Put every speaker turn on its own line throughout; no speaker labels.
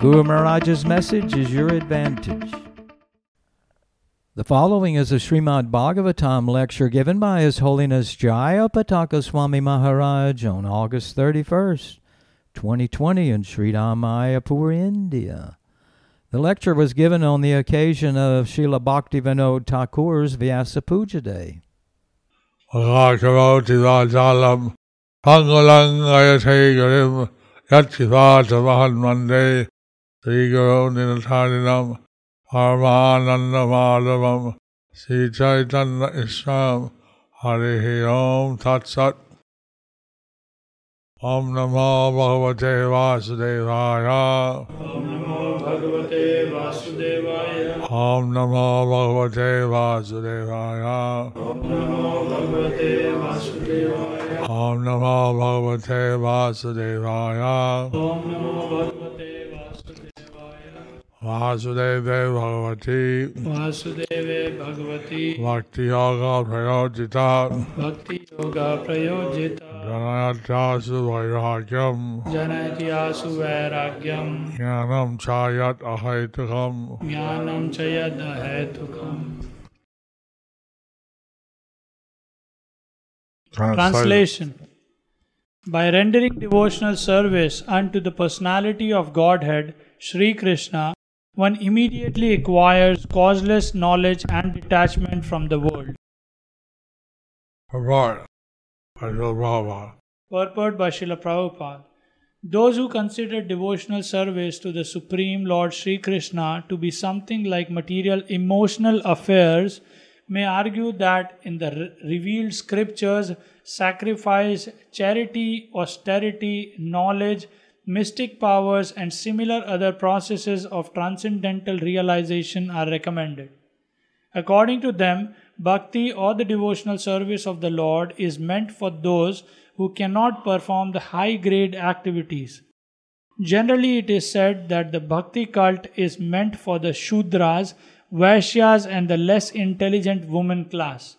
Guru Maharaj's message is your advantage. The following is a Srimad Bhagavatam lecture given by His Holiness Jaya Pataka Swami Maharaj on August 31st, 2020 in Sri Ramayapur, India. The lecture was given on the occasion of Srila Bhaktivinoda Thakur's Vyasa Puja Day.
प्रकाशरोचिताजालम् तङ्गुलङ्गयथैगुरिम् यच्छिताचमहन्वन्दे श्रीगुरौ निरथानिनम् परमानन्दमाधवम् Sri Chaitanya इष्टाम् हरिः ॐ तत्सत् ॐ नमो भगवते वासुदेवाय
भगवते वासुदेवाय
ॐ नमो भगवते वासुदेवाय
नमो भगवते वासुदेवाय
ॐ नमो भगवते वासुदेवाय
ॐ नमो भगवते वासुदेवाय
वासुदेवे भगवती
वासुदेवे भगवती
भक्तियोगप्रयोजिता
भक्तियोगप्रयोजिता
जनयत्यासु वैराग्यम्
जनयति आसुवैराग्यम्
ज्ञानं च यत् अहैतुकम्
ज्ञानं च यदहेतुकम् Translation By rendering devotional service unto the personality of Godhead, Sri Krishna, one immediately acquires causeless knowledge and detachment from the world.
Purport by Srila Prabhupada.
Purport by Srila Prabhupada. Those who consider devotional service to the Supreme Lord Sri Krishna to be something like material emotional affairs may argue that in the re- revealed scriptures, sacrifice, charity, austerity, knowledge, mystic powers, and similar other processes of transcendental realization are recommended. According to them, bhakti or the devotional service of the Lord is meant for those who cannot perform the high grade activities. Generally, it is said that the bhakti cult is meant for the Shudras, Vaishyas, and the less intelligent woman class.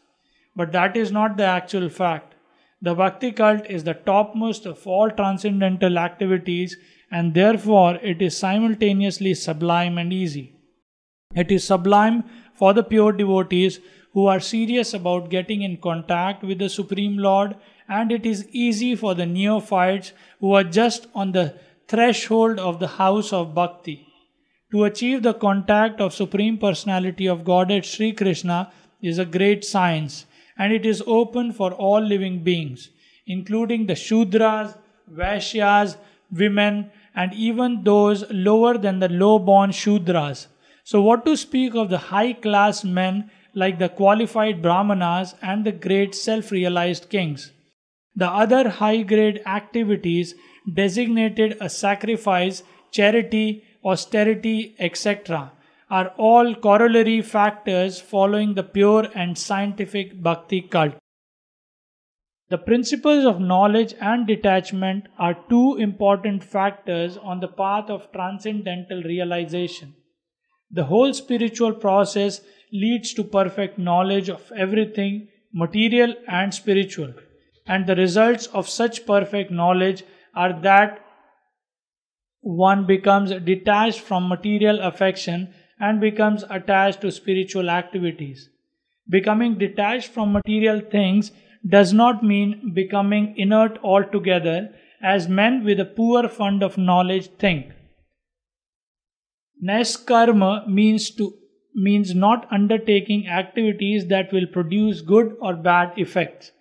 But that is not the actual fact. The bhakti cult is the topmost of all transcendental activities, and therefore it is simultaneously sublime and easy. It is sublime for the pure devotees who are serious about getting in contact with the Supreme Lord, and it is easy for the neophytes who are just on the threshold of the house of bhakti. To achieve the contact of Supreme Personality of Godhead Sri Krishna is a great science, and it is open for all living beings, including the Shudras, Vaishyas, women, and even those lower than the low born Shudras. So, what to speak of the high class men like the qualified Brahmanas and the great self realized kings? The other high grade activities designated as sacrifice, charity, austerity, etc., are all corollary factors following the pure and scientific bhakti cult. The principles of knowledge and detachment are two important factors on the path of transcendental realization. The whole spiritual process leads to perfect knowledge of everything, material and spiritual. And the results of such perfect knowledge are that one becomes detached from material affection and becomes attached to spiritual activities. Becoming detached from material things does not mean becoming inert altogether, as men with a poor fund of knowledge think. Neskarma means to means not undertaking activities that will produce good or bad effects.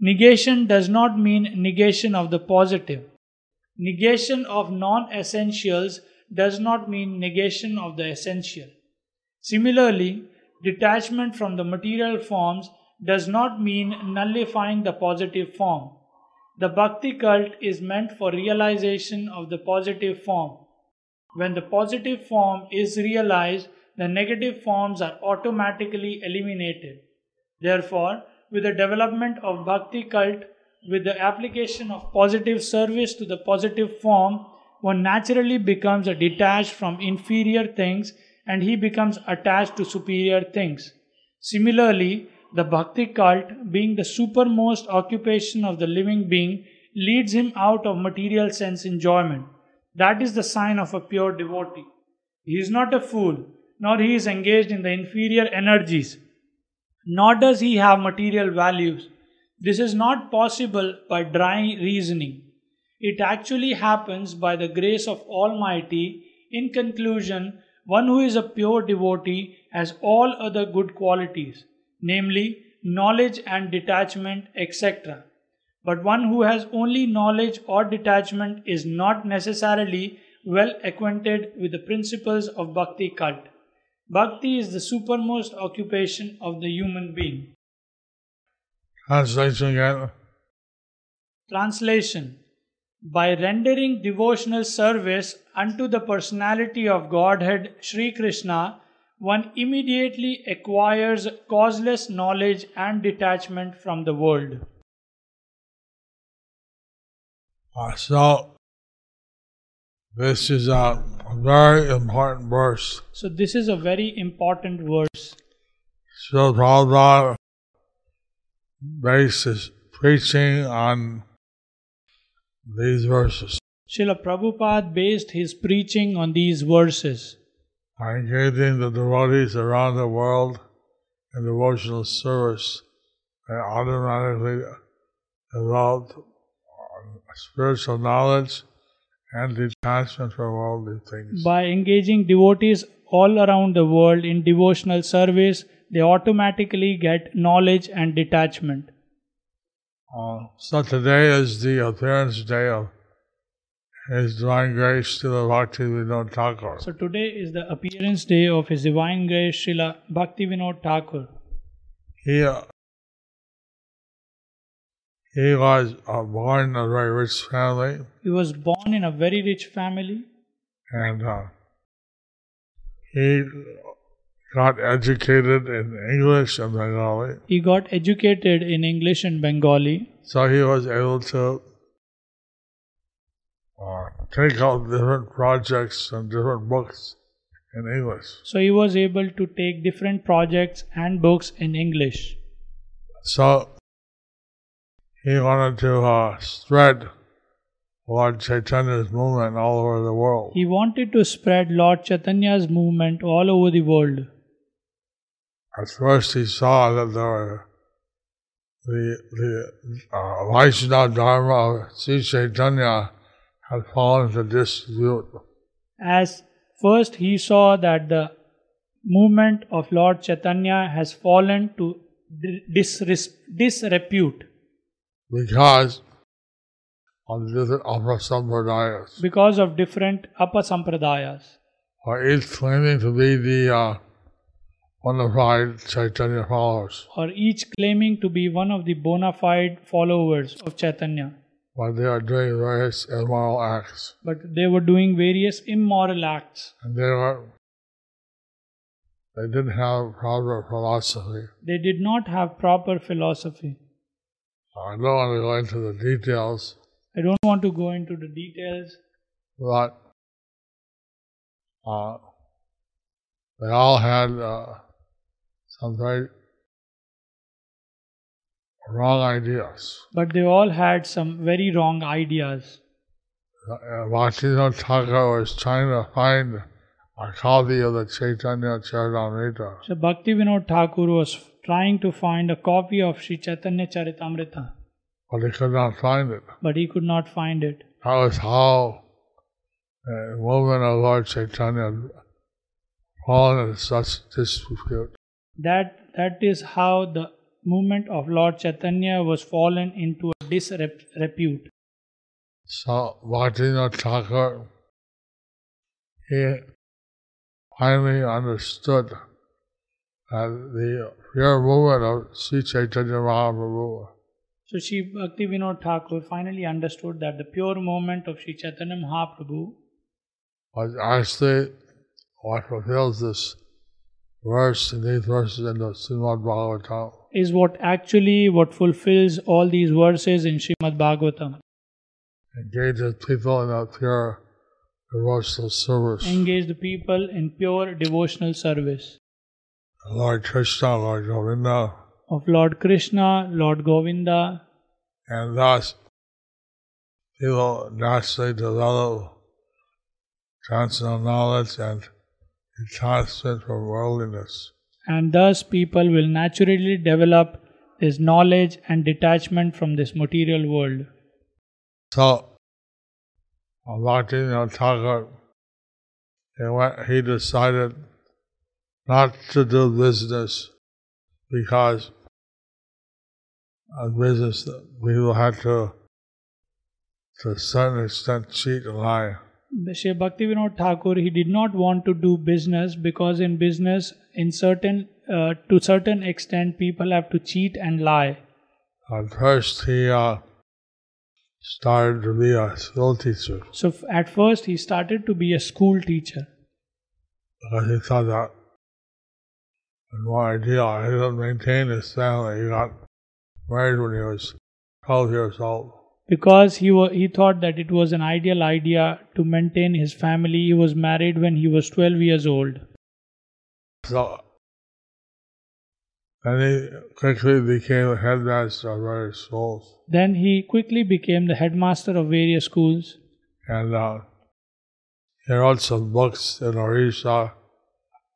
Negation does not mean negation of the positive. Negation of non essentials does not mean negation of the essential. Similarly, detachment from the material forms does not mean nullifying the positive form. The bhakti cult is meant for realization of the positive form. When the positive form is realized, the negative forms are automatically eliminated. Therefore, with the development of bhakti cult, with the application of positive service to the positive form, one naturally becomes detached from inferior things and he becomes attached to superior things. Similarly, the bhakti cult, being the supermost occupation of the living being, leads him out of material sense enjoyment. That is the sign of a pure devotee. He is not a fool, nor he is engaged in the inferior energies, nor does he have material values. This is not possible by dry reasoning. It actually happens by the grace of Almighty. In conclusion, one who is a pure devotee has all other good qualities, namely knowledge and detachment, etc. But one who has only knowledge or detachment is not necessarily well acquainted with the principles of bhakti cult. Bhakti is the supermost occupation of the human being.
Translation again.
Translation By rendering devotional service unto the personality of Godhead Sri Krishna, one immediately acquires causeless knowledge and detachment from the world.
Uh, So, this is a very important verse.
So, this is a very important verse.
So Prabhupada based his preaching on these verses.
Srila Prabhupada based his preaching on these verses.
By engaging the devotees around the world in devotional service, they automatically developed spiritual knowledge and detachment from worldly things.
By engaging devotees all around the world in devotional service, they automatically get knowledge and detachment.
Uh, so today is the appearance day of His Divine Grace to the Bhakti Vinod Thakur.
So today is the appearance day of His Divine Grace Srila Bhaktivinoda Thakur.
He uh, he was uh, born in a very rich family,
He was born in a very rich family.
and uh, he got educated in English and Bengali,
He got educated in English and Bengali,
so he was able to uh, take out different projects and different books in English.
so he was able to take different projects and books in English.
So he wanted to uh, spread Lord Chaitanya's movement all over the world.
He wanted to spread Lord Chaitanya's movement all over the world.
At first, he saw that there were the the uh, Vaishnava Dharma of Sri Chaitanya had fallen into disrepute.
As first he saw that the movement of Lord Chaitanya has fallen to di- disres- disrepute
because of the different upper sampradayas,
because of different upper sampradayas.
or each claiming to be the uh, unified Chaitanya followers,
Or each claiming to be one of the bona fide followers of Chaitanya,
but they are doing various immoral acts,
but they were doing various immoral acts.
and they were they didn't have proper philosophy.
They did not have proper philosophy.
I don't want to go into the details.
I don't want to go into the details.
but uh, they all had uh, some very wrong ideas.
but they all had some very wrong ideas.
Uh, Bhaktivinoda Thakur was trying to find a copy of the Chaitanya Charitamrita,
So Bhaktivinoda Thakur was trying to find a copy of Sri Chaitanya Charitamrita,
but he could not find it.
but he could not find it.
That was how the movement of Lord Chaitanya fallen into such disrepute.
That that is how the movement of Lord Chaitanya was fallen into a disrepute.
So Bhaktivinoda Thakur, he finally understood that the pure movement of Sri Chaitanya Mahaprabhu
So Sri Bhaktivinoda Thakur finally understood that the pure movement of Sri Chaitanya Mahaprabhu
But actually, what fulfills this verse and these verses in the Srimad Bhagavatam
is what actually what fulfills all these verses in Srimad Bhagavatam.
engages people in a pure devotional service.
Engage the people in pure devotional service
Lord Krishna, Lord Govinda,
of Lord Krishna, Lord Govinda,
and thus people naturally develop transcendental knowledge and detachment from worldliness.
and thus people will naturally develop this knowledge and detachment from this material world.
So, Bhaktivinoda Thakur, he, went, he decided not to do business because of business people had to, to a certain extent, cheat and lie.
Shri Bhaktivinoda Thakur he did not want to do business because in business in certain uh, to certain extent people have to cheat and lie.
At first, he uh, started to be a school teacher
So f- at first he started to be a school teacher
because he thought that was more ideal. He didn't maintain his family. He got married when he was 12 years old.
because he wa- he thought that it was an ideal idea to maintain his family. He was married when he was 12 years old.
So, and he quickly became a headmaster of various schools.
Then he quickly became the headmaster of various schools.
And uh, he wrote some books in Orisha,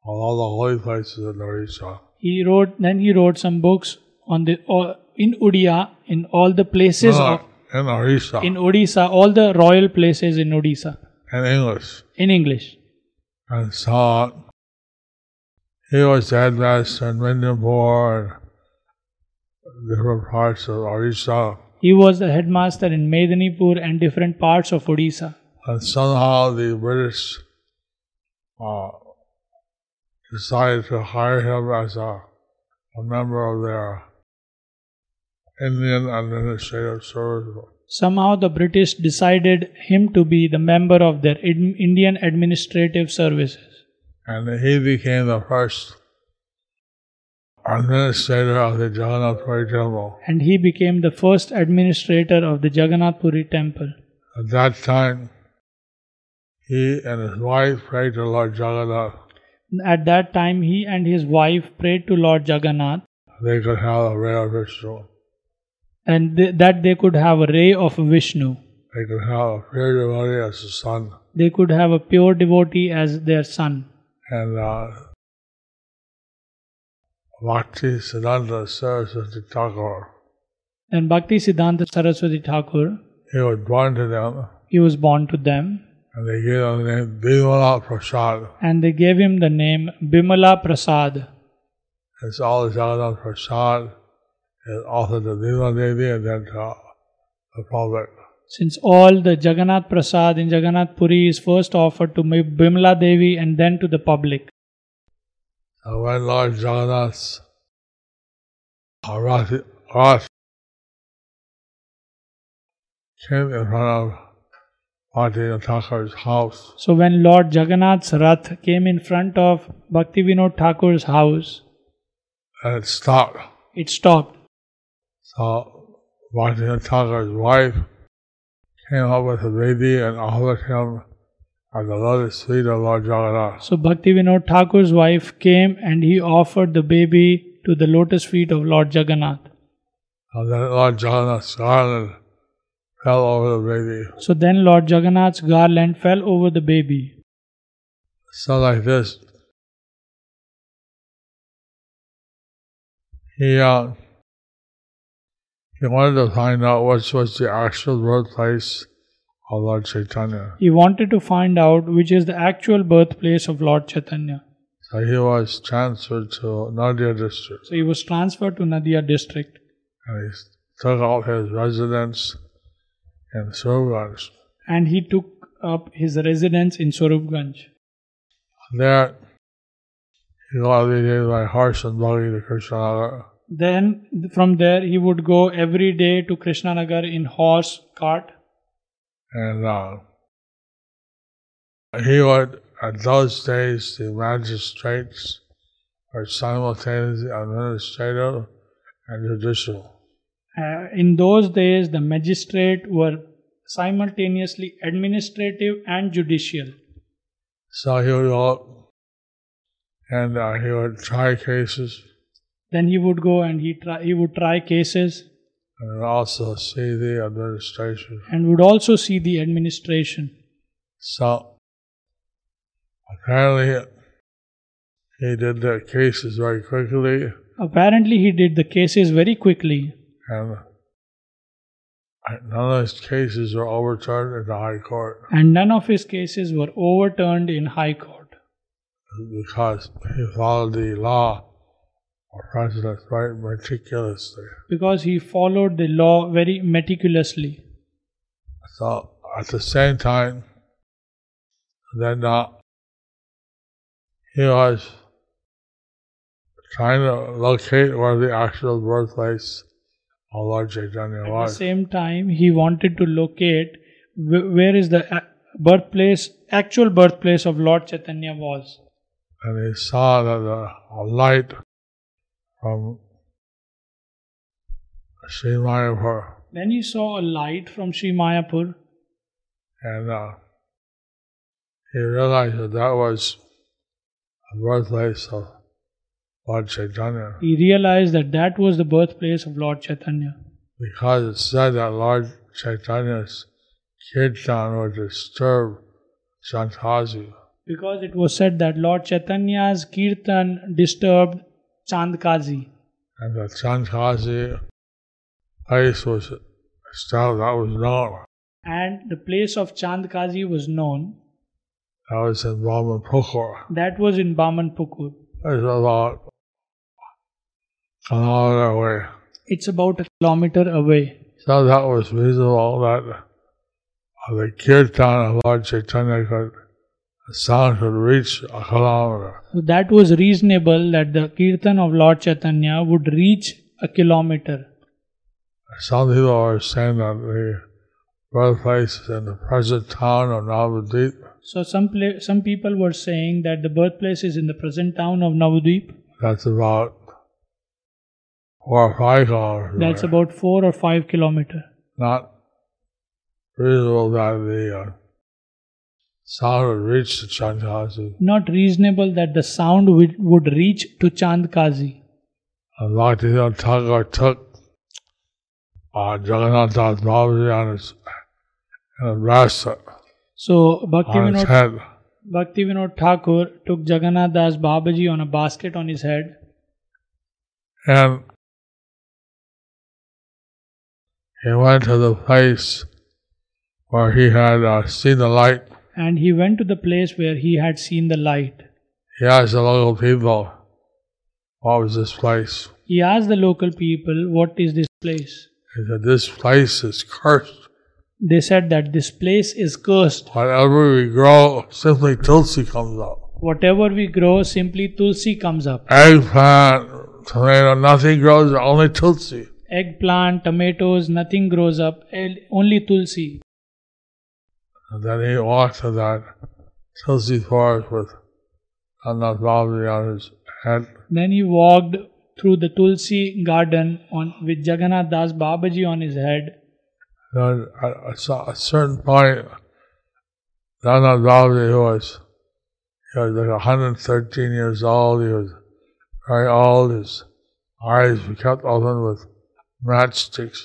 on all the holy places in Orisha.
He wrote then he wrote some books on the o- in Odia in all the places
No,
of,
Uh, in Orisha,
in Odisha, all the royal places in Odisha
in English.
in English.
and saw he was headmaster in Mindapur and different parts of Orissa.
He was the headmaster in Medinipur and different parts of Odisha.
And somehow the British uh, decided to hire him as a, a member of their Indian Administrative Service.
Somehow the British decided him to be the member of their Ind- Indian administrative services.
And he became the first administrator of the Jagannath Puri Temple.
And he became the first administrator of the Jagannath Puri temple.
At that time, he and his wife prayed to Lord Jagannath
At that time, he and his wife prayed to Lord Jagannath
that they could have a ray of Vishnu,
and th- that they could have a ray of Vishnu.
they could have a pure devotee as a son,
They could have a pure devotee as their son.
and uh, Bhakti Siddhanta Saraswati Thakur.
Then Bhakti Siddhanta Saraswati Thakur,
He was born to them,
he was born to them
and they gave him the name Bimala Prasad.
and they gave him the name Bimala Prasad.
It's all Jagannath Prasad, and also the Bimala Devi, and then to the public.
Since all the Jagannath Prasad in Jagannath Puri is first offered to Mi- Bimla Devi and then to the public.
And when Lord Jagannath's Harati Rath came in front of Bhakti Thakur's house,
So when Lord Jagannath's Rath came in front of Bhaktivinoda Thakur's house,
and it stopped.
it stopped.
So Bhakti Thakur's wife came up with a baby and offered him at the lotus feet of Lord Jagannath.
So Bhaktivinoda Thakur's wife came and he offered the baby to the lotus feet of Lord Jagannath.
And then Lord Jagannath's garland fell over the baby.
So then Lord Jagannath's garland fell over the baby.
So like this. He uh, he wanted to find out what was the actual birthplace of Lord Chaitanya.
He wanted to find out which is the actual birthplace of Lord Chaitanya.
So he was transferred to Nadia district
So he was transferred to Nadia district
and he took out his residence in Surganj.
and he took up his residence in Sorupganj.
There he got every day by horse and buggy to Krishna.
Then from there he would go every day to Krishnanagar in horse cart
And uh, He would, at those days, the magistrates were simultaneously administrative and judicial.
Uh, in those days, the magistrate were simultaneously administrative and judicial.
So he would go up and uh, he would try cases
Then he would go and he try, he would try cases
and also see the administration.
and would also see the administration.
So apparently he did the cases very quickly
Apparently, he did the cases very quickly,
and none of his cases were overturned in the High Court
and none of his cases were overturned in High Court
because he followed the law or precedent very meticulously.
because he followed the law very meticulously.
So at the same time, then uh, he was trying to locate where the actual birthplace of Lord Chaitanya
At the
was.
same time, he wanted to locate wh- where is the a- birthplace, actual birthplace of Lord Chaitanya was.
And he saw that the, a light from Sri Mayapur
Then he saw a light from Sri Mayapur,
and uh, he realized that that was the birthplace of Lord Chaitanya.
he realized that that was the birthplace of Lord Chaitanya.
because it said that Lord Chaitanya's kirtan would disturb Shantazi.
Because it was said that Lord Chaitanya's kirtan disturbed Chandkazi,
And the Shantazi place was established, that was known.
and the place of Chandkazi was known.
That was in Brahman Pukur.
That was in Bamanpukur.
It was about an hour away.
It's about a kilometer away.
So that was reasonable that the kirtan of Lord Chaitanya could, the sound could reach a kilometer.
So that was reasonable that the kirtan of Lord Chaitanya would reach a kilometer.
Some people are saying that the birthplace is in the present town of Navadvip,
So some pla- some people were saying that the birthplace is in the present town of Navadvip.
that's about four or five kilometers.
That's
away.
about four or five kilometer.
not reasonable that the uh, sound would reach the Chandrasi.
Not reasonable that the sound would, would reach to Chandkazi.
And Bhaktivinoda Thakur took uh, Jagannath Das Babaji on his, on his bracelet,
So
on his
Bhaktivinoda,
head.
Bhaktivinoda Thakur took Jagannath Das Babaji on a basket on his head
And he went to the place where he had uh, seen the light.
and he went to the place where he had seen the light.
He asked the local people, What was this place?
He asked the local people, What is this place?
He said, This place is cursed.
They said that this place is cursed.
Whatever we grow, simply Tulsi comes up.
Whatever we grow, simply Tulsi comes up.
Eggplant, tomato, nothing grows, only Tulsi.
Eggplant, tomatoes, nothing grows up, el- only Tulsi.
And then he walked to that Tulsi forest with Anand Babaji on his head.
Then he walked through the Tulsi garden on, with Jagannath Das Babaji on his head.
Then at a so- a certain point, Dhanad Babaji, who was, he was like 113 years old, he was very old, his eyes were kept open with matchsticks.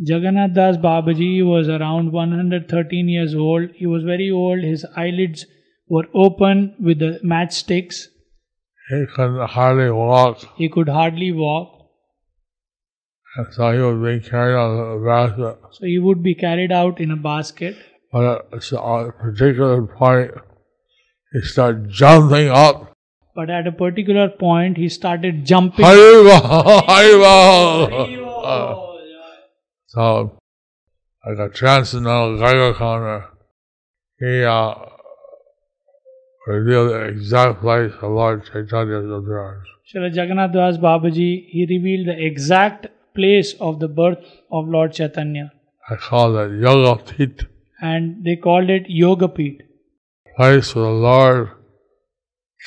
Jagannath Das Babaji was around 113 years old. He was very old. His eyelids were open with the matchsticks.
He couldn't hardly walk,
He could hardly walk.
and so he was being carried on a basket.
So he would be carried out in a basket.
But at a so- at a particular point, he started jumping up.
But at a particular point, he started jumping.
Haribo! Haribo! So, like a transcendental Geiger counter, he uh, revealed the exact place of Lord Chaitanya's appearance.
Srila Jagannath Das Babaji, he revealed the exact place of the birth of Lord Chaitanya.
I call that Yoga Pit
And they called it Yoga Pit.
place where the Lord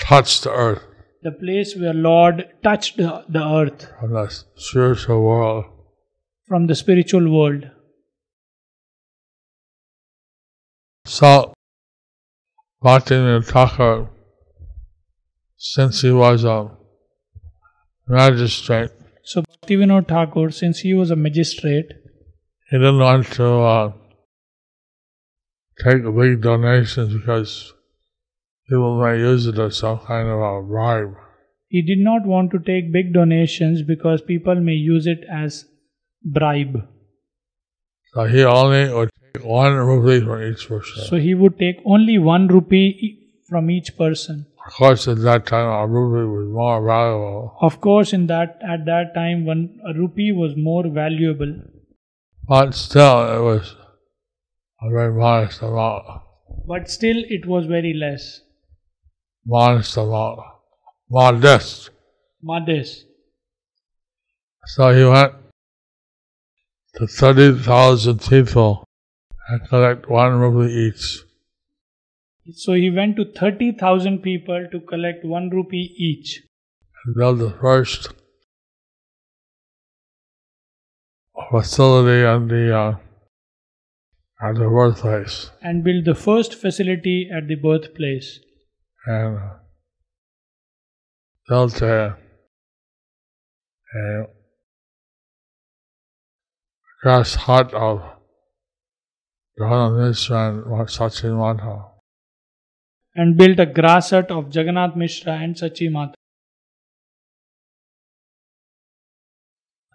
touched the earth
the place where Lord touched the the earth
from the spiritual world.
from the spiritual world.
So, Bhaktivinoda Thakur, since he was a magistrate,
So Bhaktivinoda Thakur, since he was a magistrate,
he didn't want to uh, take big donations because people might use it as some kind of a bribe.
he did not want to take big donations because people may use it as bribe.
So he only would take one rupee from each person.
So he would take only one rupee e- from each person.
of course, at that time, a rupee was more valuable.
Of course, in that at that time, one a rupee was more valuable,
But still, it was a very modest amount.
but still it was very less.
Modest amount. Modest.
Modest.
So he went to 30,000 people and collect one rupee each.
So he went to thirty thousand people to collect one rupee each.
and build the first facility at the, uh, at the workplace.
and built the first facility at the birthplace
and uh, built a, a grass hut of Dharamishra and Sachin Mata.
and built a grass hut of Jagannath Mishra and Sachi Mata.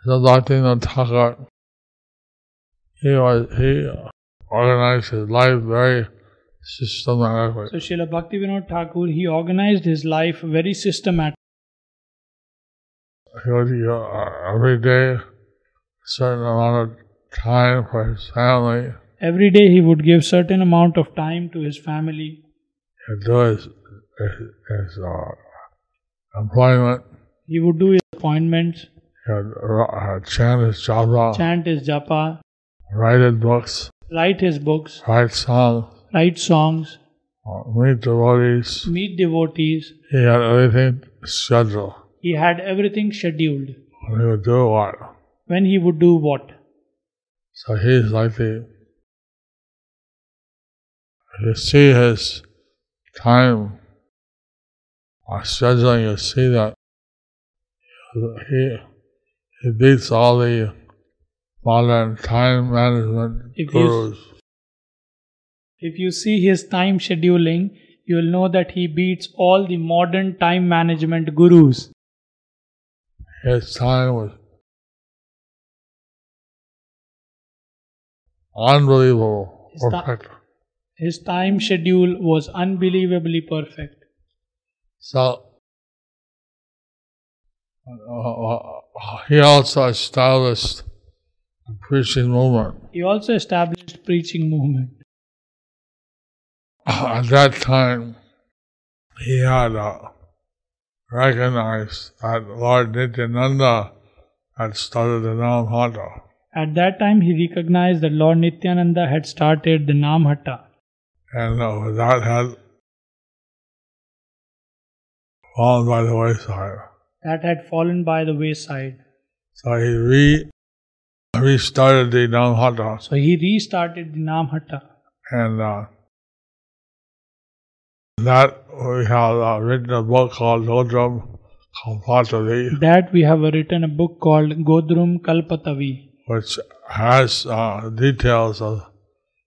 So Bhaktivinoda Thakur, he, was, he organized his life very systematically.
So Srila Bhaktivinoda Thakur, he organized his life very systematic.
he would give uh, every day a certain amount of time for his family
Every day he would give certain amount of time to his family
and do his, his, his uh, employment.
He would do his appointments,
He would uh, chant his japa,
chant his japa,
write his uh, books,
write his books,
write songs,
write songs,
uh, meet devotees.
meet devotees.
He had everything scheduled.
He had everything scheduled.
And he would do what?
When he would do what?
So he's like the. You see his time or scheduling, you see that he, he beats all the modern time management
If you-
gurus.
If you see his time scheduling, you will know that he beats all the modern time management gurus.
His time was unbelievable.
His ti-
perfect.
His time schedule was unbelievably perfect.
So uh, he also established a preaching movement.
He also established preaching movement.
Uh, At that time, he had uh, recognized that Lord Nityananda had started the Namhata.
At that time, he recognized that Lord Nityananda had started the Namhatta.
And uh, that had fallen by the wayside.
That had fallen by the wayside.
So he re- restarted the Namhata.
So he restarted the Namhatta.
and uh, that we have uh, written a book called Lodrum Compatibility,
That we have written a book called Godrum Kalpatavi,
which has uh, details of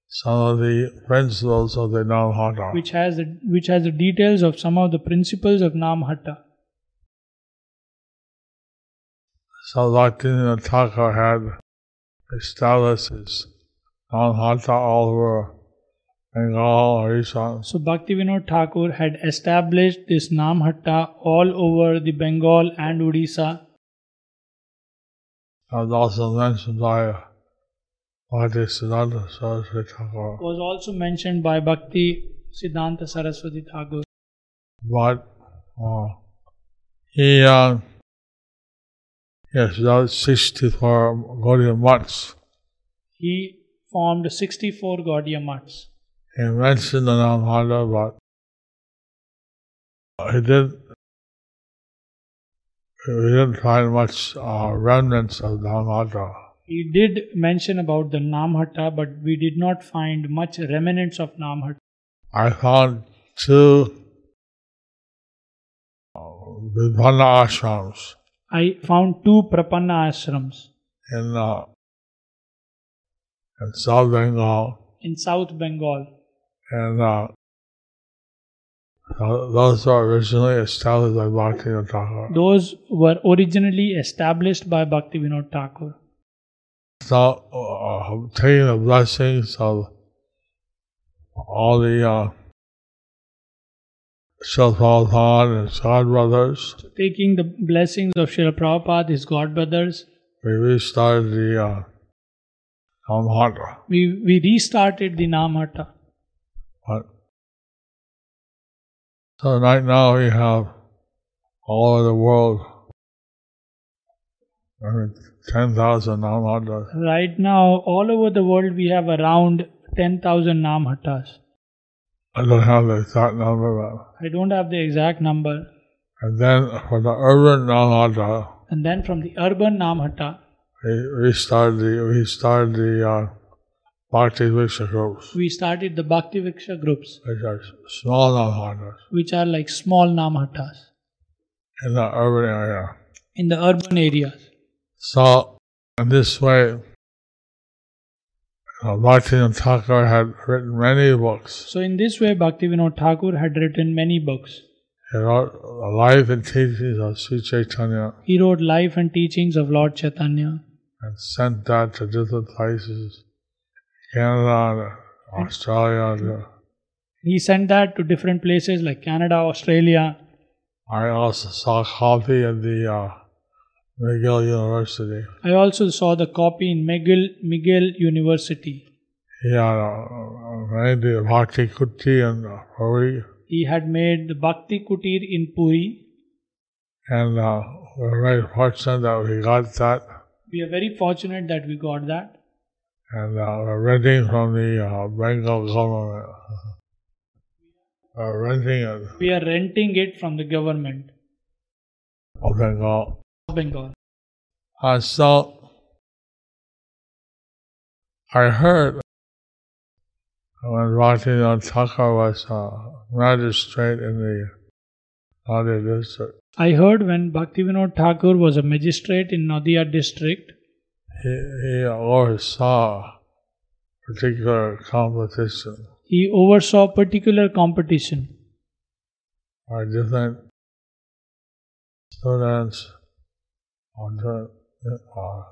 some of the principles of the Namhata.
which has the, which has the details of some of the principles of Namhatta.
So Lakshminarayan Thakur had established his Namhata all over Bengal, Orissa,
So Bhaktivinoda Thakur had established this Namhatta all over the Bengal and Odisha,
and also mentioned by Bhaktisiddhanta Saraswati Thakur.
was also mentioned by Bhakti Siddhanta Saraswati Thakur.
but uh, he uh, yes, about sixty-four Gaudiya months.
He formed 64 Gaudiya Mutts.
He mentioned the Namhada, but Uh, he did. We didn't find much uh, remnants of Dhammata.
He did mention about the Namhatta, but we did not find much remnants of Namhatta.
I found two uh, Vibhanna ashrams
I found two Prapanna ashrams
in, uh, in South Bengal.
in South Bengal.
And uh, tho- those were originally established by Bhaktivinoda Thakur.
Those were originally established by Bhaktivinoda Thakur.
So, uh, obtain the blessings of all the uh, Shilpa Phan and Sad brothers,
Taking the blessings of Srila Prabhupada, his godbrothers,
we restarted the uh, Dhammapada.
we, we restarted the Namhatta.
But so right now we have all over the world I mean, 10,000 Namadas.
Right now, all over the world, we have around 10,000 Namhattas.
I don't have the exact number. But.
I don't have the exact number.
And then for the urban Namada,
And then from the urban Namhatta,
we, we started the, we started the uh, Bhakti Viksha groups,
we started the Bhakti Viksha groups,
which are small Namadas
which are like small Namhattas
in the urban area.
in the urban areas.
So, in this way, uh, you know, Bhaktivinoda Thakur had written many books.
So, in this way, Bhaktivinoda Thakur had written many books.
He wrote The Life and Teachings of Sri Chaitanya
He wrote Life and Teachings of Lord Chaitanya
and sent that to different places Canada, and Australia. and, uh,
He sent that to different places like Canada, Australia.
I also saw a copy of the uh, McGill University.
I also saw the copy in McGill, McGill University.
He had uh, made the Bhakti Kutti and uh, Puri,
He had made the Bhakti Kutir in Puri.
and uh, we're very fortunate that we got that.
We are very fortunate that we got that.
and uh, we're renting from the uh, Bengal government. We're renting it
We are renting it from the government
of Bengal.
of Bengal.
Uh, so I heard when Bhaktivinoda Thakur was uh, magistrate in the Nadia district,
I heard when Bhaktivinoda Thakur was a magistrate in Nadia district,
he, he oversaw particular competition
he oversaw particular competition
by different students or different uh,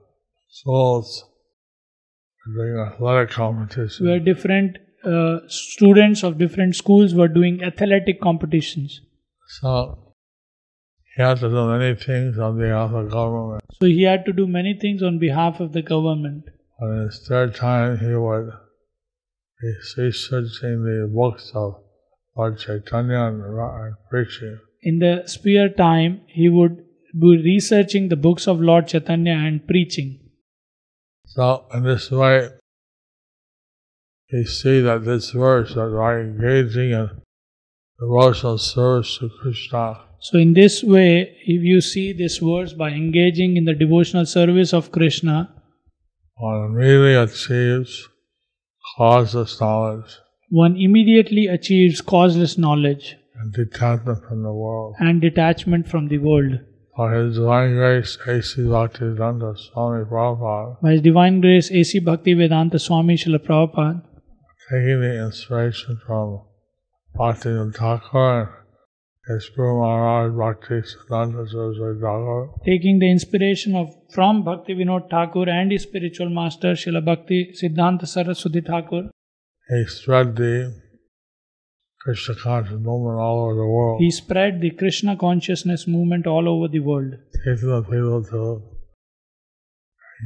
schools doing athletic competition.
where different uh, students of different schools were doing athletic competitions.
So he had to do many things on behalf of government.
So he had to do many things on behalf of the government.
On his third time, he would be researching the books of Lord Chaitanya and Ra- and preaching.
In the spare time, he would be researching the books of Lord Chaitanya and preaching.
So in this way, we see that this verse that by engaging in devotional service to Krishna,
So, in this way, if you see this verse by engaging in the devotional service of Krishna,
one really achieves causeless knowledge
one immediately achieves causeless knowledge
and detachment from the world.
and detachment from the world.
For His Divine Grace, A.C. Bhaktivedanta Swami Prabhupada,
By His Divine Grace, A.C. Bhaktivedanta Swami Srila Prabhupada
taking the inspiration from Bhakti Thakur and his Guru Maharaj Bhakti Siddhanta Saraswati Thakur,
taking the inspiration of from Bhaktivinoda Thakur and his spiritual master Srila Bhakti Siddhanta Saraswati Thakur.
He spread the Krishna conscious movement all over the world,
He spread the Krishna consciousness movement all over the world,
taking the people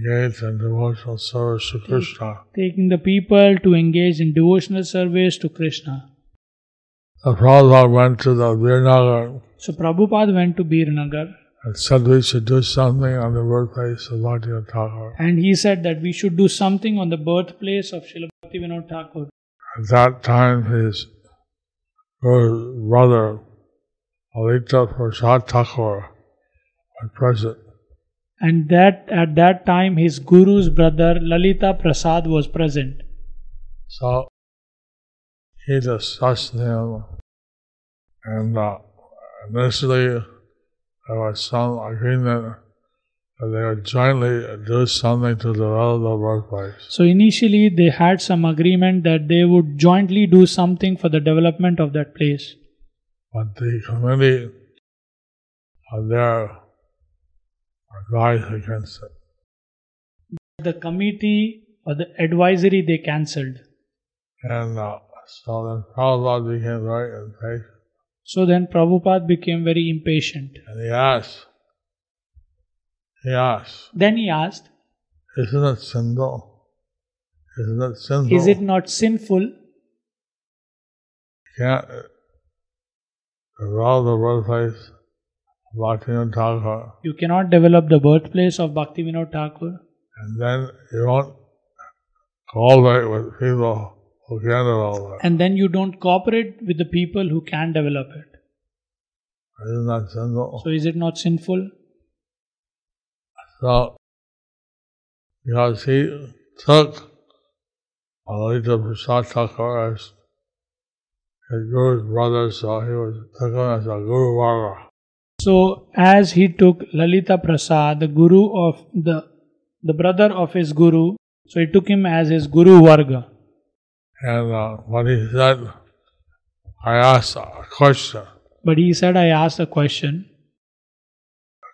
to engage in devotional service to Krishna.
taking the people to engage in devotional service to Krishna.
The Prabhupada went to the Virnagar
So Prabhupada went to Birnagar
and said we should do something on the birthplace of Bhaktivinoda Thakur.
and he said that we should do something on the birthplace of Srila Bhaktivinoda Thakur.
And At that time, his Guru's brother, Alita Prasad Thakur, was present.
and that at that time his guru's brother Lalita Prasad was present.
So he discussed him, and uh, initially there was some agreement that they would jointly do something to develop the workplace.
So initially they had some agreement that they would jointly do something for the development of that place.
But the committee of their advice against it.
The committee or the advisory they cancelled.
And uh, so then Prabhupada became very impatient
So then Prabhupada became very impatient.
and he asked, he asked,
Then he asked,
isn't it sinful? Isn't it sinful?
Is it not sinful?
can't allow the birthplace of Bhaktivinoda Thakur,
You cannot develop the birthplace of Bhaktivinoda Thakur
and then you won't cooperate with people who can develop it.
and then you don't cooperate with the people who can develop it.
Isn't that simple?
So is it not sinful?
So, because he took Alita Prasad Thakur as his guru's brother, so he was took him as a guru varga.
So, as he took Lalita Prasad, the guru of the the brother of his guru, so he took him as his guru varga.
And uh, when he said, I asked a question.
But he said, "I asked a question.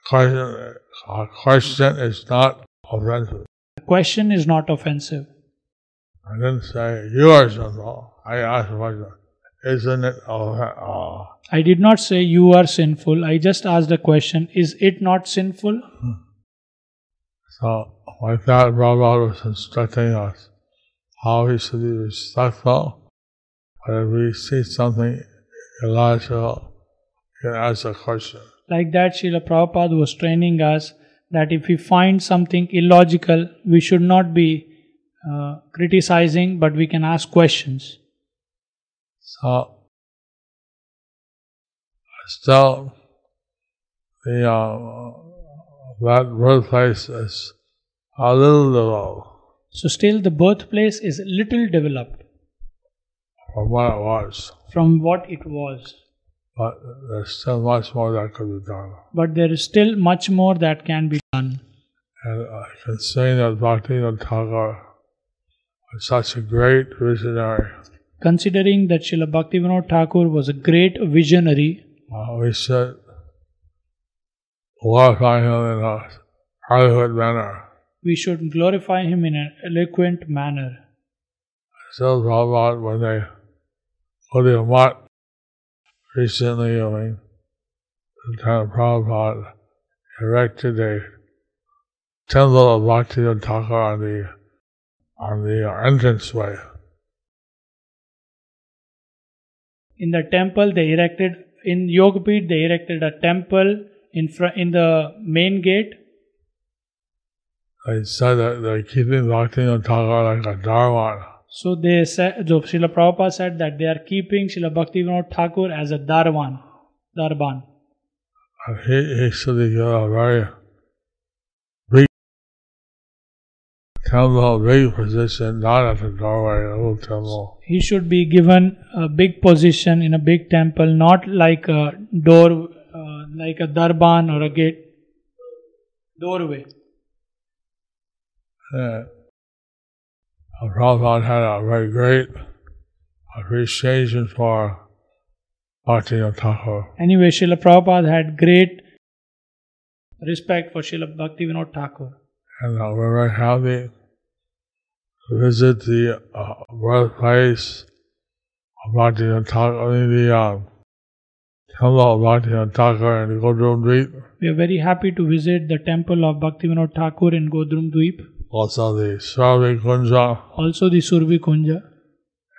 question, a question is not offensive.
The question is not offensive.
I didn't say you are sinful. I asked a question. Isn't it offen- uh,
I did not say you are sinful. I just asked a question. Is it not sinful?"
So, like that, Prabhupada was instructing us how we should be respectful. But if we see something illogical, we can ask a question.
Like that, Srila Prabhupada was training us that if we find something illogical, we should not be uh, criticizing, but we can ask questions.
So, still, the uh, that workplace is a little developed
So, still, the birthplace is little developed.
from what it was,
from what it was.
but there's still much more that could be done.
But there is still much more that can be done.
And I can say that Bhaktivinoda Tagore was such a great visionary.
Considering that Srila Bhaktivinoda Thakur was a great visionary,
Uh, we should glorify him in a adequate manner.
we should glorify him in an eloquent manner.
Still, Prabhupada, when they put him up recently, I mean, the town of Prabhupada erected a temple of Bhaktivinoda Thakur on the, on the entranceway.
In the temple, they erected, in Yogapit, they erected a temple in, fr- in the main gate.
They said that they're keeping Bhaktivinoda Thakur like a Dharwan.
So they said, so Srila Prabhupada said that they are keeping Srila Bhaktivinoda Thakur as a Darwan, Darban.
And he, he said he got a very big temple, big position, not at the doorway, a little temple.
he should be given a big position in a big temple, not like a door, uh, like a darban or a gate doorway.
And Prabhupada had a very great er appreciation for Bhaktivinoda Thakur.
Anyway, Srila Prabhupada had great respect for Srila Bhaktivinoda Thakur.
And uh, we're very happy to visit the uh, birthplace of Bhaktivinoda Thakur, I mean, the um, temple of Bhaktivinoda Thakur in Godrum Deep,
We are very happy to visit the temple of Bhaktivinoda Thakur in Godrum Dweep,
also the Sravi Kunja.
also the Survi Kunja.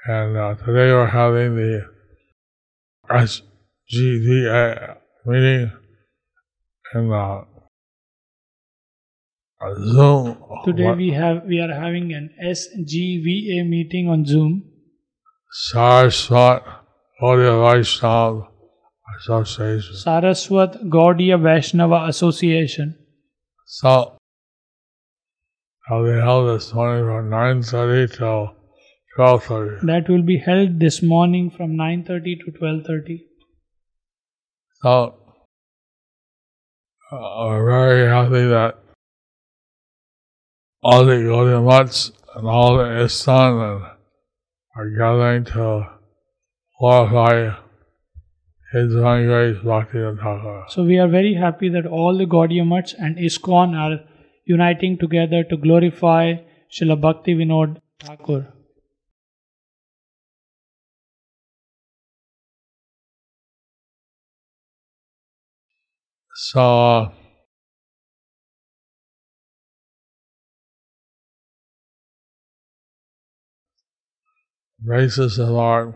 And uh, today we're having the SGDA meeting in uh, Zoom.
Today
What-
we have we are having an SGVA meeting on Zoom.
Saraswat Gaudiya Vaishnava Association.
Saraswat Gaudiya Vaishnava Association.
So, now they held this morning from 9.30 till 12.30.
That will be held this morning from 9.30 to 12.30.
So, uh, we're very happy that all the Gaudiya Mutts and all the Isthan and are gathering to glorify His Divine Grace Bhaktivinoda Thakur.
So we are very happy that all the Gaudiya Mutts and ISKCON are uniting together to glorify Srila Bhakti Vinod Thakur.
So, uh, races of our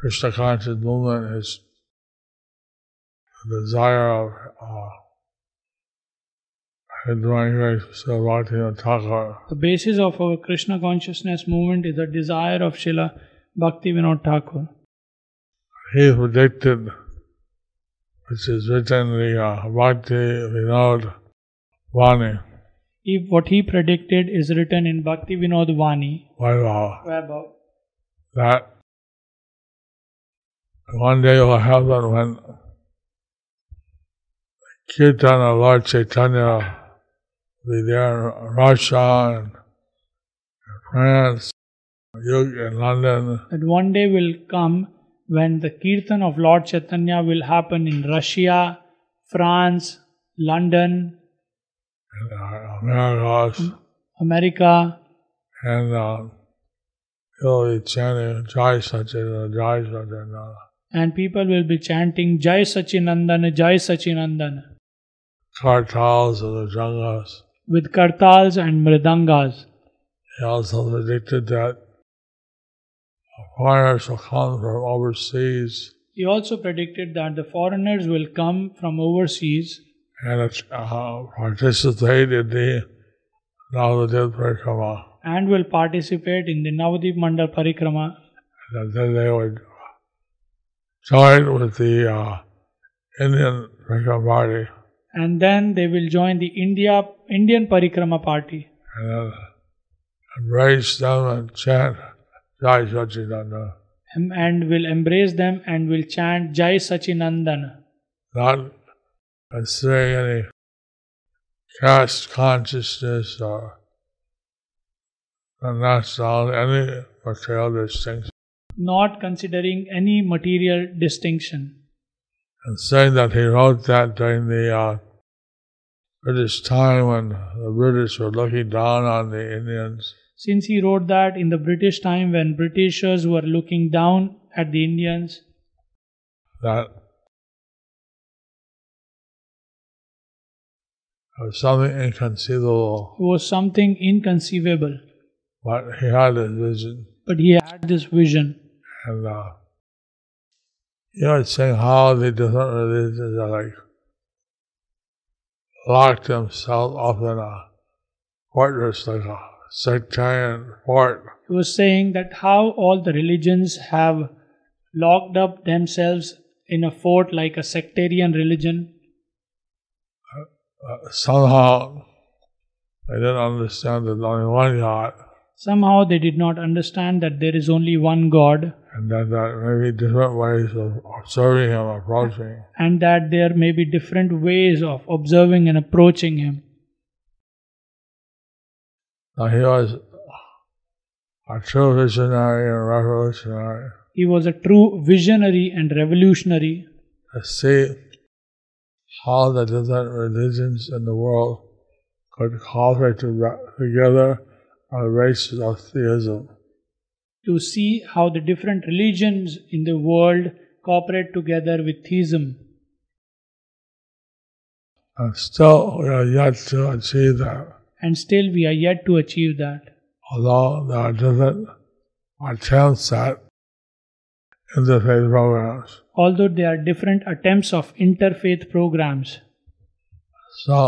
Krishna conscious movement is the desire of uh, Hindwani race of Bhakti Thakur.
The basis of our Krishna consciousness movement is the desire of Srila Bhakti Vinod Thakur.
He predicted, which is written in the uh, Bhakti Vinod Vani
If what he predicted is written in Bhakti Vinod Vani,
Vaibhava.
Vaibhav,
that one day will happen when Kirtan of Lord Chaitanya will be there in Russia and France, Europe and London,
that one day will come when the Kirtan of Lord Chaitanya will happen in Russia, France, London,
and uh, Americas,
America,
and uh, he'll be chanting Jai Satchitana, Jai uh, Satchitana.
and people will be chanting Jai Sachinandana, Jai Sachinandana
Kartals of the jungles.
with kartals and mridangas.
He also predicted that foreigners will come from overseas
He also predicted that the foreigners will come from overseas
and uh, participate in the Navadip Parikrama.
and will participate in the Navadip Mandal Parikrama
And then they would join with the uh, Indian Parikrama Party.
and then they will join the India Indian Parikrama party
and then embrace them and chant Jai Satchitananda.
em- and will embrace them and will chant Jai Sachinandana
Not considering any caste consciousness or and nationality, any material distinction,
not considering any material distinction
and saying that he wrote that during the uh, British time when the British were looking down on the Indians
since he wrote that in the British time when Britishers were looking down at the Indians
that it was something inconceivable,
it was something inconceivable
but he had a vision.
but he had this vision
And uh, you know, it's saying how the different religions are like locked themselves up in a fortress, like a sectarian fort.
he was saying that how all the religions have locked up themselves in a fort like a sectarian religion
Uh, somehow they didn't understand that only one God,
Somehow they did not understand that there is only one God
and that there may be different ways of observing Him, approaching.
and that there may be different ways of observing and approaching Him.
Now, he was a true visionary and revolutionary.
He was a true visionary and revolutionary
to see how the different religions in the world could cooperate to- together on the basis of theism.
to see how the different religions in the world cooperate together with theism.
And still, we are yet to achieve that,
And still, we are yet to achieve that.
although there are different attempts at interfaith programs.
Although there are different attempts of interfaith programs.
So,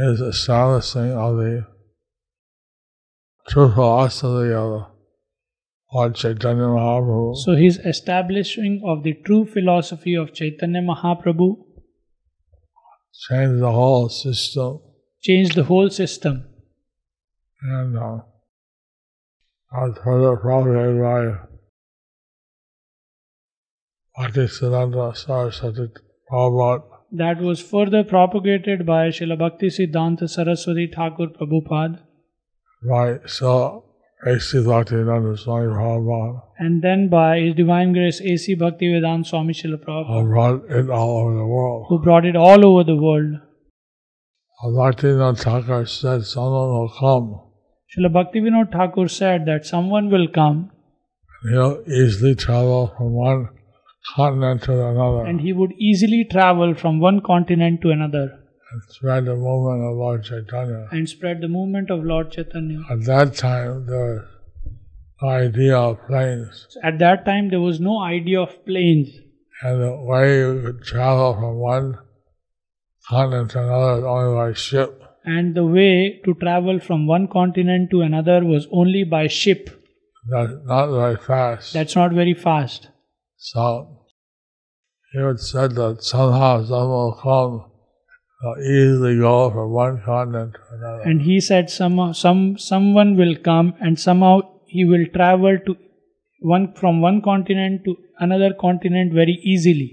his establishing of the truthful philosophy of Lord Chaitanya Mahaprabhu.
So his establishing of the true philosophy of Chaitanya Mahaprabhu
changed the whole system.
changed the whole system.
And uh, as for the profited by Bhaktisiddhanta Saraswati Prabhupada,
That was further propagated by Srila Bhakti Siddhanta Saraswati Thakur Prabhupada
by Sir A.C. Bhaktisiddhanta Swami Prabhupada,
and then by His Divine Grace A.C. Bhaktivedanta Swami Srila Prabhupada,
who brought it all over the world.
who brought it all over the world.
Bhaktisiddhanta Thakur said, someone will come
Srila Bhaktivinoda Thakur said that someone will come
and he'll easily travel from one continent to another
and
and,
he would easily travel from one continent to another
spread the movement of Lord Chaitanya.
and spread the movement of Lord Chaitanya.
At that time, there was the idea of planes.
So at that time, there was no idea of planes.
And the way you could travel from one continent to another is only by ship.
and the way to travel from one continent to another was only by ship.
That's not very fast.
That's not very fast.
so he would said that somehow someone will come will easily go from one continent to another.
And he said, some, some, someone will come and somehow he will travel to one from one continent to another continent very easily.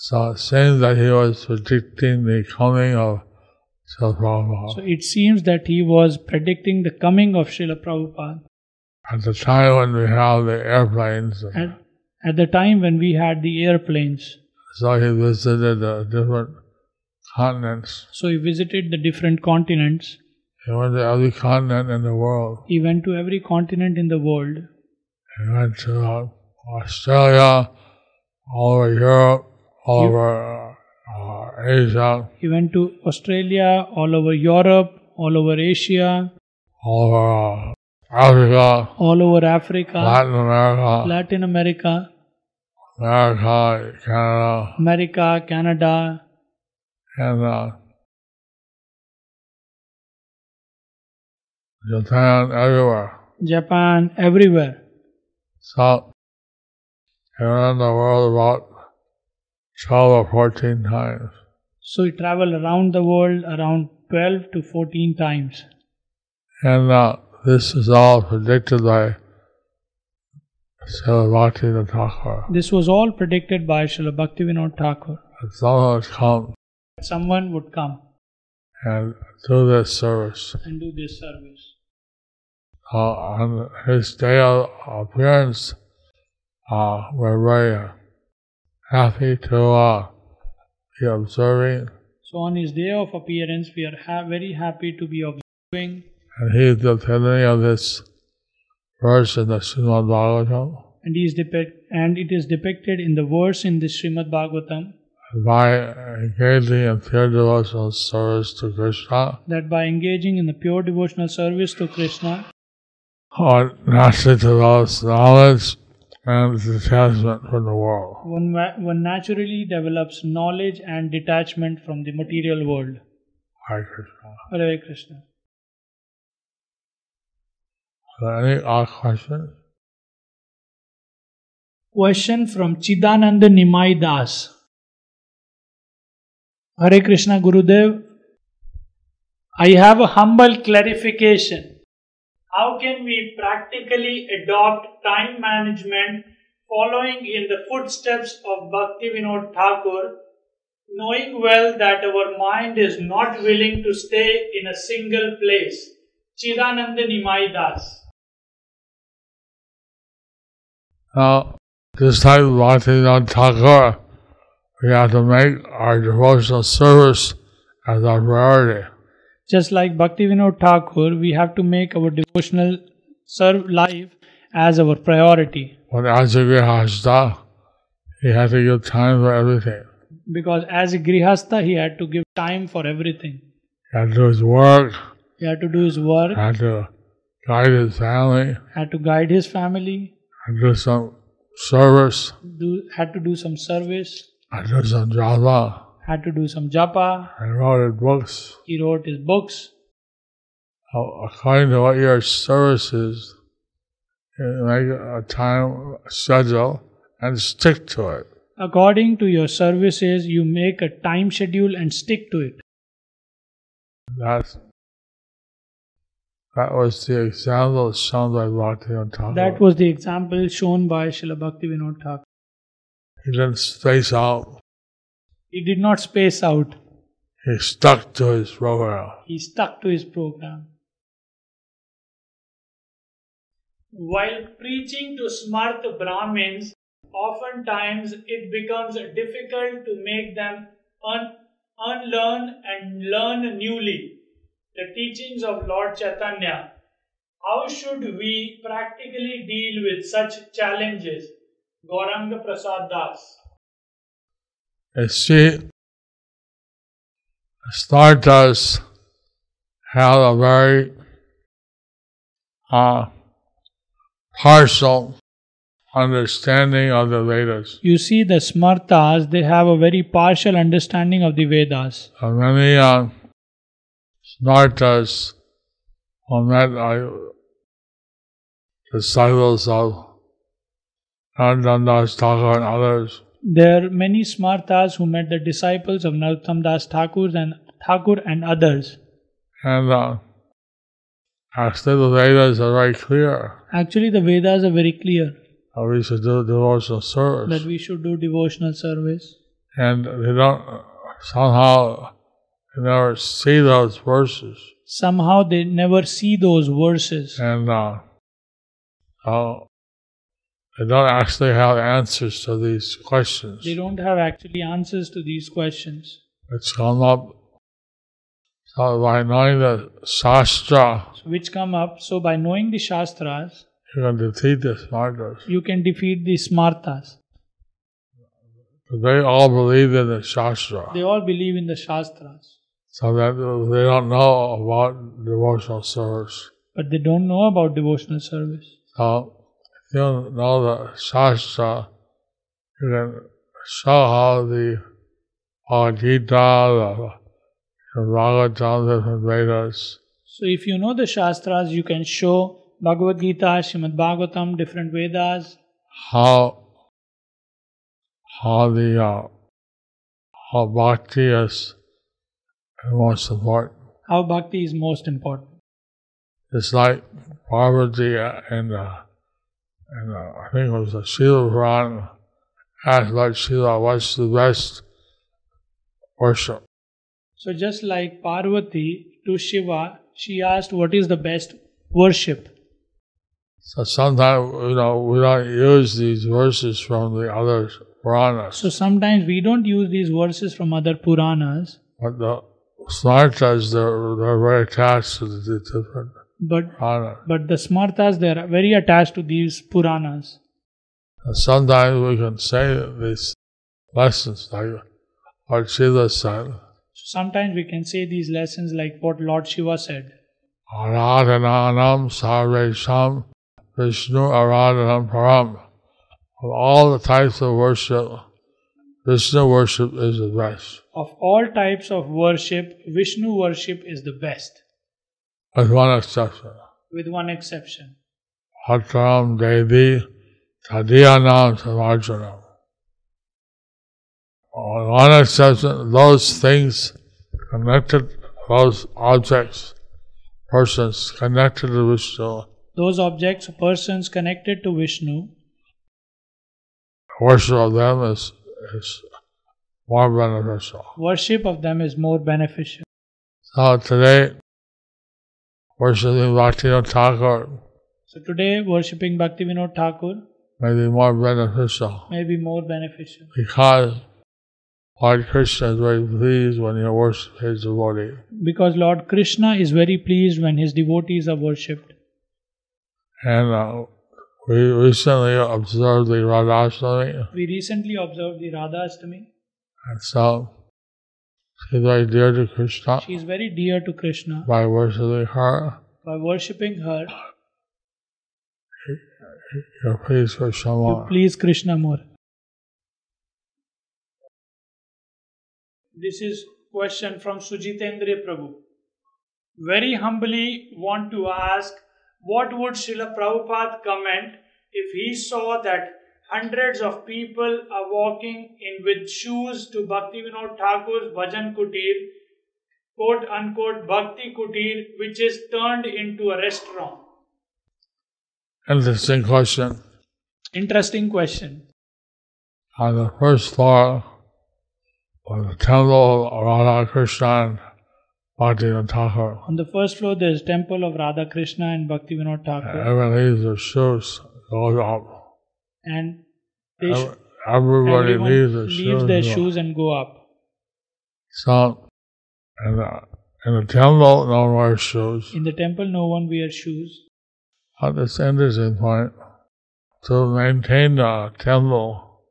so it seems that he was predicting the coming of Sri Prabhupada.
So it seems that he was predicting the coming of Srila Prabhupada
At the time when we have the airplanes,
at, at the time when we had the airplanes.
so he visited the different continents.
So he visited the different continents.
He went to every continent in the world.
He went to every continent in the world.
He went to uh, Australia, all over Europe, all
You-
over uh, uh, Asia,
He went to Australia, all over Europe, all over Asia,
all over uh, Africa,
all over Africa,
Latin America,
Latin America,
America, Canada,
America, Canada,
and uh, Japan, everywhere.
Japan, everywhere.
So, he around the world about 12 or 14 times.
So he traveled around the world around 12 to 14 times.
And uh, this is all predicted by Silavati the Thakur.
This was all predicted by Srila Bhaktivinoda Thakur.
And someone would come
Someone would come
and do this service.
and do this service.
Uh, on his day of appearance, uh, we're very happy to uh, be observing.
So on his day of appearance, we are ha- very happy to be observing,
And he is the epitome of this verse in the Srimad Bhagavatam.
and he is depict- and it is depicted in the verse in the Srimad Bhagavatam.
by engaging in pure devotional service to Krishna,
that by engaging in the pure devotional service to Krishna,
one naturally develops knowledge and detachment from the world.
one, wa- one naturally develops knowledge and detachment from the material world.
By Krishna.
Hare Hare Krishna.
Are there any odd questions?
Question from Chidananda Nimai Das. Hare Krishna Gurudev. I have a humble clarification. How can we practically adopt time management following in the footsteps of Bhaktivinoda Thakur, knowing well that our mind is not willing to stay in a single place? Chidananda Nimai Das.
Now, just like Bhaktivinoda Thakur, we have to make our devotional service as our priority.
just like Bhaktivinoda Thakur, we have to make our devotional serve life as our priority
When Ajagri Hajda, he had to give time for everything.
because as a grihastha, he had to give time for everything.
He had to do his work,
He had to do his work,
had to guide his family,
had to guide his family,
I do some service.
do, had to do some service,
I do some Java.
had to do some japa.
I wrote books.
He wrote his books.
according to what your service is, and make a time schedule and stick to it.
According to your services, you make a time schedule and stick to it.
That's, that was the example shown by Bhakti on top.
That was the example shown by Srila Bhaktivinoda Thakur.
He didn't space out.
He did not space out,
He stuck to his program.
he stuck to his program. While preaching to smart Brahmins, oftentimes it becomes difficult to make them un- unlearn and learn newly the teachings of Lord Chaitanya. How should we practically deal with such challenges? Gauranga Prasad Das.
You see, Stardust had a very uh, partial understanding of the Vedas.
You see, the Smartas, they have a very partial understanding of the Vedas.
So many uh, Snartas were met uh, disciples of Anandas Thakur and others.
There are many Smartas who met the disciples of Narottam Das Thakur and, Thakur and others.
And uh, actually, the Vedas are very clear.
Actually, the Vedas are very clear
how we should do devotional
that
service.
we should do devotional service.
and they don't somehow they never see those verses.
Somehow they never see those verses.
And uh, so they don't actually have answers to these questions
They don't have actually answers to these questions.
which come up. So by knowing the Shastra,
Which come up. So, by knowing the Shastras,
you can defeat the smartest.
you can defeat the Smartas.
They all believe in the Shastra.
They all believe in the Shastras.
so that they don't know about devotional service.
but they don't know about devotional service.
So if you don't know the Shastra, you can show how the Bhagavad Gita, the, the Bhagavatam, the different Vedas,
So, if you know the Shastras, you can show Bhagavad Gita, Srimad Bhagavatam, different Vedas,
how how the uh, how bhakti is the most important.
how bhakti is most important.
It's like Parvati and uh, and uh, I think it was a Srila Puran asked Lord Srila, what's the best worship?
So, just like Parvati to Shiva, she asked, What is the best worship?
So sometimes you know we don't use these verses from the other Puranas,
So, sometimes we don't use these verses from other Puranas,
but the Snartas they're, they're very attached to the different
but
Puranas.
but the Smartas, they are very attached to these Puranas.
And sometimes we can say these lessons like Lord Srila said,
So sometimes we can say these lessons like what Lord Shiva said.
Aradhananam Sarvesham Vishnu Aradhanam Param. Of all the types of worship, Vishnu worship is the best.
Of all types of worship, Vishnu worship is the best,
With one exception.
with one exception.
Hatram Devi Tadiyanam Samarjanam. On one exception, those things connected, those objects, persons connected to Vishnu,
Those objects, persons connected to Vishnu,
worship of them is, is more beneficial.
worship of them is more beneficial.
So today, worshiping Bhaktivinoda Thakur
So today, worshipping Bhaktivinoda Thakur
may be more beneficial
may be more beneficial
because Lord Krishna is very pleased when you worship his devotee.
because Lord Krishna is very pleased when his devotees are worshipped.
And uh, we recently observed the Radhashtami,
We recently observed the Radhastami.
and so she's very dear to Krishna
She is very dear to Krishna.
by worshiping her.
By worshipping her,
You're pleased Krishna
you
more.
please Krishna more. This is question from Sujitendra Prabhu. very humbly want to ask what would Srila Prabhupada comment if he saw that hundreds of people are walking in with shoes to Bhaktivinoda Thakur's Bhajan Kutir, quote unquote Bhakti Kutir, which is turned into a restaurant?
Interesting question.
Interesting question.
On the first floor was the temple of Radha Krishna and Bhaktivinoda Thakur.
On the first floor, there is temple of Radha Krishna and Bhaktivinoda Thakur,
Everyone leaves their shoes, goes up.
and they sh-
Ev- Everybody
everyone
leaves their
leaves their
shoes.
shoes and go up.
So, and uh, in the temple, no one wears shoes.
In the temple, no one wears shoes.
At this interesting point, to maintain the temple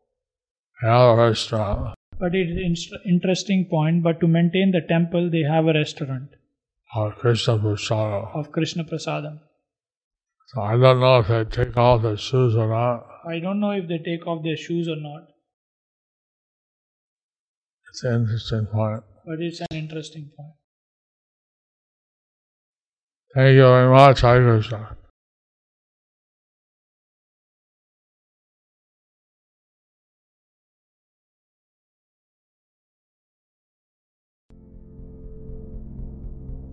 and our restaurant,
But it is inst- interesting point. But to maintain the temple, they have a restaurant
our Krishna Prasada.
of Krishna Prasadam.
So I don't know if they take off their shoes or not.
I don't know if they take off their shoes or not,
It's an interesting point.
but it's an interesting point.
Thank you very much, Hare Krishna.